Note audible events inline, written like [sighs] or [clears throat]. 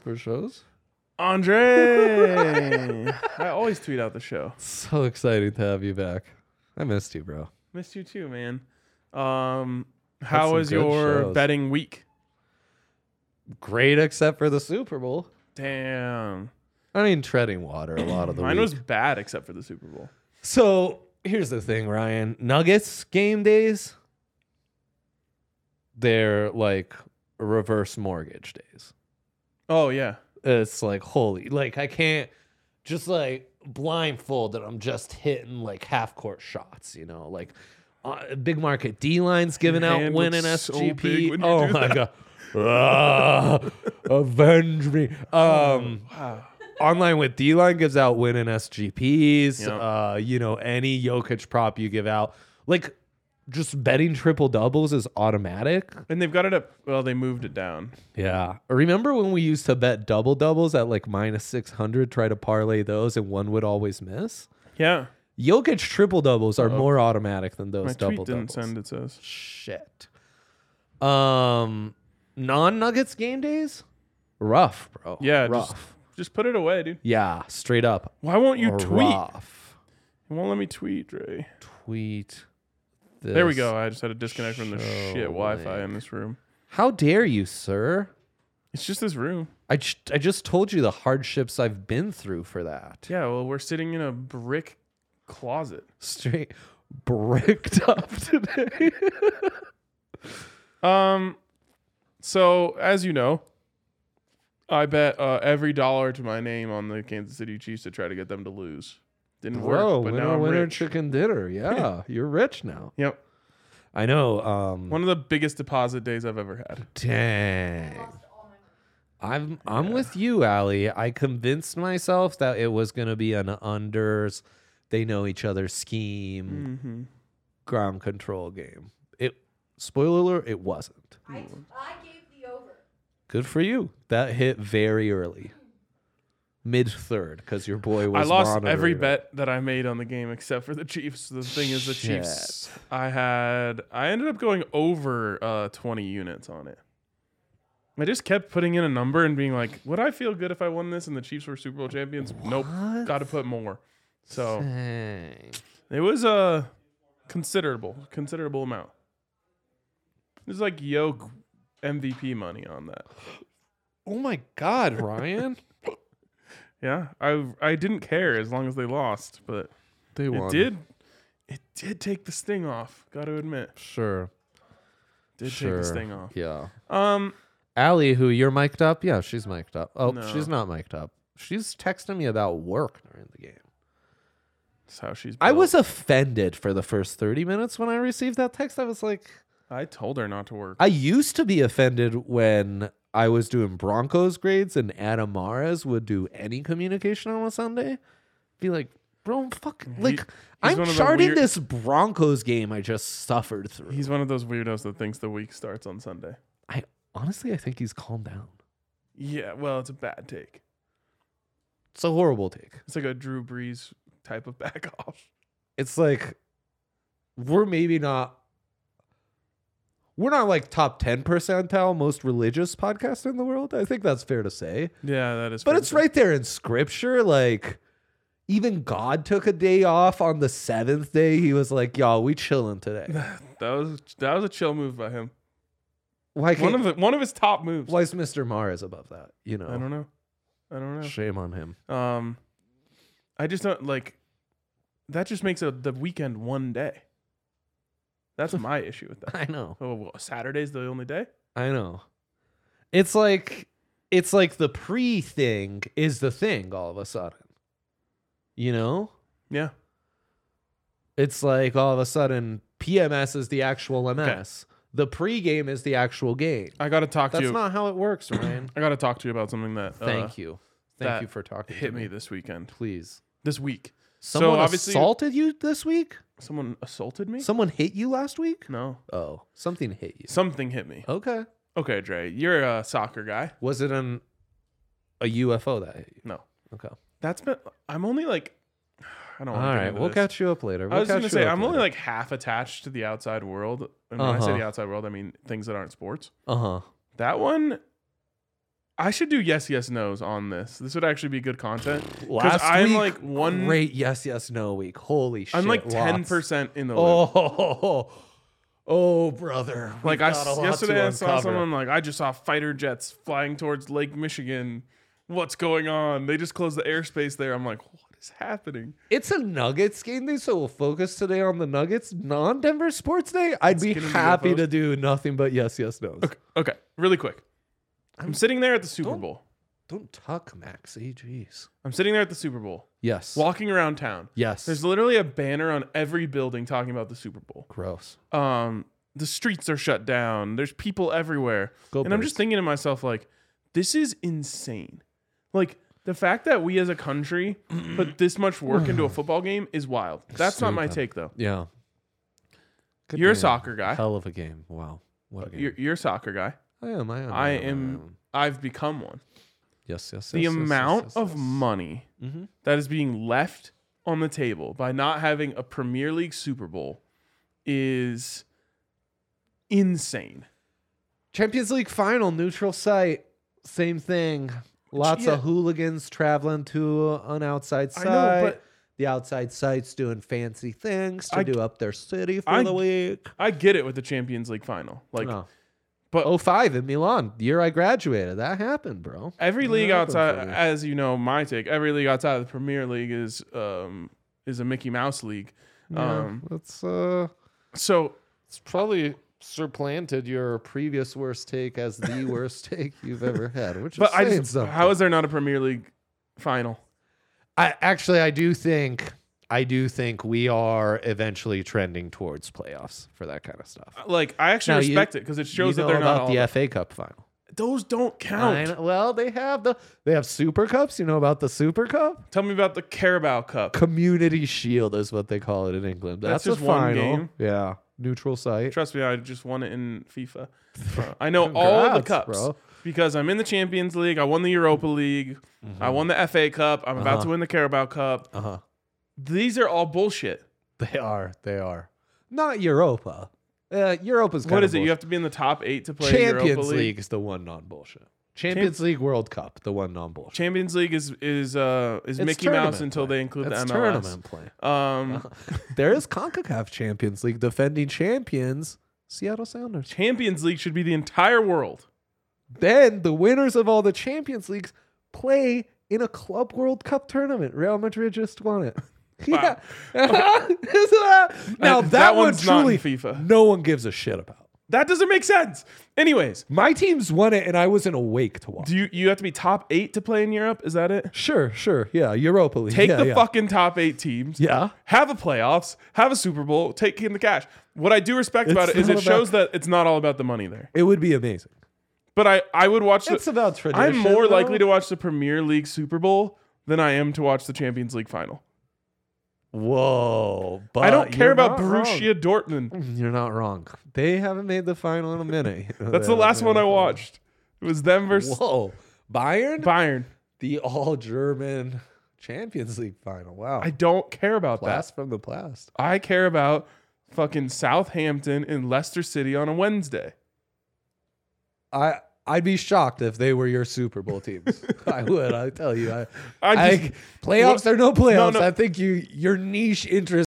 for shows. [laughs] Andre. I always tweet out the show. So exciting to have you back. I missed you, bro. Missed you too, man. Um, how some was good your shows. betting week? Great, except for the Super Bowl. Damn, I mean, treading water a lot of the mine week. was bad except for the Super Bowl. So here's the thing, Ryan. Nuggets game days, they're like reverse mortgage days. Oh yeah, It's like holy, like I can't just like blindfolded. I'm just hitting like half court shots, you know, like uh, big market D lines giving Your out hand winning looks so SGP. big when you oh do my god. Ah, avenge me. Um, wow. online with D line gives out win and SGPs. Yep. Uh, you know, any Jokic prop you give out, like just betting triple doubles is automatic. And they've got it up. Well, they moved it down. Yeah. Remember when we used to bet double doubles at like minus 600, try to parlay those, and one would always miss? Yeah, Jokic triple doubles are more automatic than those my double tweet didn't doubles. send. It says Shit. Um, non Nuggets game days? Rough, bro. yeah. Rough. Just, just put it away, dude. yeah. Straight up. Why won't you tweet? Rough. It won't let me tweet, Dre. tweet. There we this. go. I just had to disconnect from the shit show Wi-Fi in this room. How dare you, sir? It's just this room. I, j- I just told you the hardships I've been through for that. Yeah. Well, we're sitting in a brick closet. Straight bricked [laughs] up today. Um, so as you know, I bet uh, every dollar to my name on the Kansas City Chiefs to try to get them to lose. Didn't Bro, work, but winner, now I'm winner, rich. chicken dinner. [laughs] Yeah, you're rich now. Yep, I know. Um, one of the biggest deposit days I've ever had. dang. I'm I'm with you, Allie. I convinced myself that it was gonna be an unders. They know each other's scheme. Mm-hmm. ground control game. It spoiler alert, it wasn't. I, I gave the over. Good for you. That hit very early. Mid third, because your boy I was. lost every monitoring it. bet that I made on the game except for the Chiefs. The thing is, the Chiefs. Shit. I had I ended up going over uh, 20 units on it. I just kept putting in a number and being like, "Would I feel good if I won this and the Chiefs were Super Bowl champions?" Nope, What? got to put more. So. Dang. It was a considerable, considerable amount. It was like yoke MVP money on that. Oh my God, Ryan! Yeah, I I didn't care as long as they lost, but [laughs] they it did. It did take the sting off. Got to admit, Sure. did sure. take the sting off. Yeah. Um, Allie, who you're mic'd up? Yeah, she's mic'd up. Oh, No. she's not mic'd up. She's texting me about work during the game. that's how she's. I built. was offended for the first 30 minutes when I received that text. I was like, I told her not to work. I used to be offended when I was doing Broncos grades and Adam Mares would do any communication on a Sunday. Be like, bro, I'm fucking He- like he's one I'm of the charting weird- this Broncos game I just suffered through. He's one of those weirdos that thinks the week starts on Sunday. I honestly I think he's calmed down. Yeah, well, it's a bad take. It's a horrible take. It's like a Drew Brees type of [laughs] back off. It's like we're maybe not we're not like top 10 percentile most religious podcast in the world. I think that's fair to say. Yeah, that is. But pretty it's bad. right there in scripture. Like, even God took a day off on the seventh day. He was like, y'all, we chilling [laughs] today. [laughs] That was that was a chill move by him. Why can't, One of the, one of his top moves. why is Mr. Mars above that? You know, I don't know. I don't shame on [laughs] him. know. Um, I just don't like. That just makes a, the weekend one day. That's [laughs] my issue with that. I know. Oh, well, Saturday's the only day. I know. It's like, it's like the pre thing is the thing all of a sudden. You know? Yeah. It's like all of a sudden PMS is the actual MS. The pregame is the actual game. I gotta talk That's to you. not how it works, [clears throat] Ryan. I gotta talk to you about something that. Thank you. Thank that you for talking. Hit to me this weekend. please. This week. Someone obviously- assaulted you this week? Someone assaulted me. Someone hit you last week? no. Oh, something hit you. Something hit me. Okay. Okay, Dre, you're a soccer guy. Was it an a UFO that hit you? No, Okay. that's been. I'm only like. [sighs] I don't. All wanna get right, into we'll this. catch you up later. We'll I was catch gonna you say up I'm only later. like half attached to the outside world. And when I say Uh-huh. the outside world, I mean things that aren't sports. uh huh. That one, I should do yes, yes, nos on this. This would actually be good content. 'Cause Last I'm week, like one. great yes, yes, no week. Holy shit! I'm like ten lots. percent in the loop. Oh, oh, brother. We've Like I got a s- lot yesterday, to I saw uncover. someone like I just saw fighter jets flying towards Lake Michigan. What's going on? They just closed the airspace there. I'm like, what is happening? It's a Nuggets game day, so we'll focus today on the Nuggets. Non Denver Sports Day, I'd be get into the happy to post. do nothing but yes, yes, no. Okay, okay, really quick. I'm sitting there at the Super Don't- Bowl. Don't tuck, Maxie. Jeez. I'm sitting there at the Super Bowl, Yes. walking around town. yes. There's literally a banner on every building talking about the Super Bowl. Gross. um the streets are shut down there's people everywhere Go and i'm just Birds. thinking to myself like this is insane like the fact that we as [clears throat] a country put this much work into a football game is wild that's not my Stupid. take though Yeah. Good you're a game. soccer guy Hell of a game. Wow. What a game. you're, you're a soccer guy I am. I am. i am i've become one Yes, yes, yes. the yes, yes, amount yes, of yes. money Mhm. that is being left on the table by not having a premier league super bowl is insane Champions League final, neutral site, same thing. Lots yeah. of hooligans traveling to an outside I site. know, but- the outside site's doing fancy things to I- do up their city for I- the week. i get it with the champions league final like no. but- oh five in Milan, the year I graduated, that happened, bro. Every That league happened outside, for you. as you know, my take. Every league outside of the Premier League is um, is a Mickey Mouse league. Um, that's uh, so it's probably supplanted your previous worst take as the [laughs] worst take you've ever had. Which is but I saying just, something. how is there not a Premier League final? I actually I do think I do think we are eventually trending towards playoffs for that kind of stuff. Like I actually Now, you- respect it because it shows you know that they're not about all. the FA Cup final. those don't I count. know- well, they have the they have Super Cups. You know about the Super Cup? Tell me about the Carabao Cup. Community Shield is what they call it in England. That's, That's a just one final. game? Yeah, neutral site. Trust me, I just won it in [laughs] FIFA. Uh, I know all the Congrats, cups bro. because I'm in the Champions League. I won the Europa League. I won the FA Cup. I'm about Mm-hmm. Uh-huh. to win the Carabao Cup. Uh huh. These are all bullshit. They are. They are. Not Europa. Uh, Europa's kind what of is it? You have to be in the top eight to play in Champions Europa League. League. is the one non bullshit. Champions League World Cup, the one non bullshit. Champions League is is uh is It's Mickey Mouse tournament until play. they include It's the MLS. tournament Uh-huh. play. Um, There is CONCACAF Champions League defending champions, Seattle Sounders. [laughs] Champions League should be the entire world. Then the winners of all the Champions Leagues play in a Club World Cup tournament. Real Madrid just won it. [laughs] Yeah. [laughs] now Uh, that, that one one's not truly in FIFA. no one gives a shit about. That doesn't make sense. Anyways, My team's won it and I wasn't awake to watch. do you you have to be top eight to play in Europe? Is that it? Sure, sure. Yeah, Europa League. Take yeah, the yeah. fucking top eight teams. Yeah. Have a playoffs. Have a Super Bowl. Take in the cash. What I do respect about It's it is not it shows that it's not all about the money there. It would be amazing. But I I would watch. It's The, about tradition. I'm more though. likely to watch the Premier League Super Bowl than I am to watch the Champions League final. Whoa. But I don't Uh, you're care about not wrong. Borussia Dortmund. You're not wrong. They haven't made the final in a minute. That's [laughs] the last one I watched. It was them versus Whoa. Bayern? Bayern. the all German Champions League final. Wow. I don't care about Blast from the blast. that. I care about fucking Southampton and Leicester City on a Wednesday. I I'd be shocked if they were your Super Bowl [laughs] teams. I would. I tell you. I, I I just- playoffs are no playoffs. no. I think you your niche interest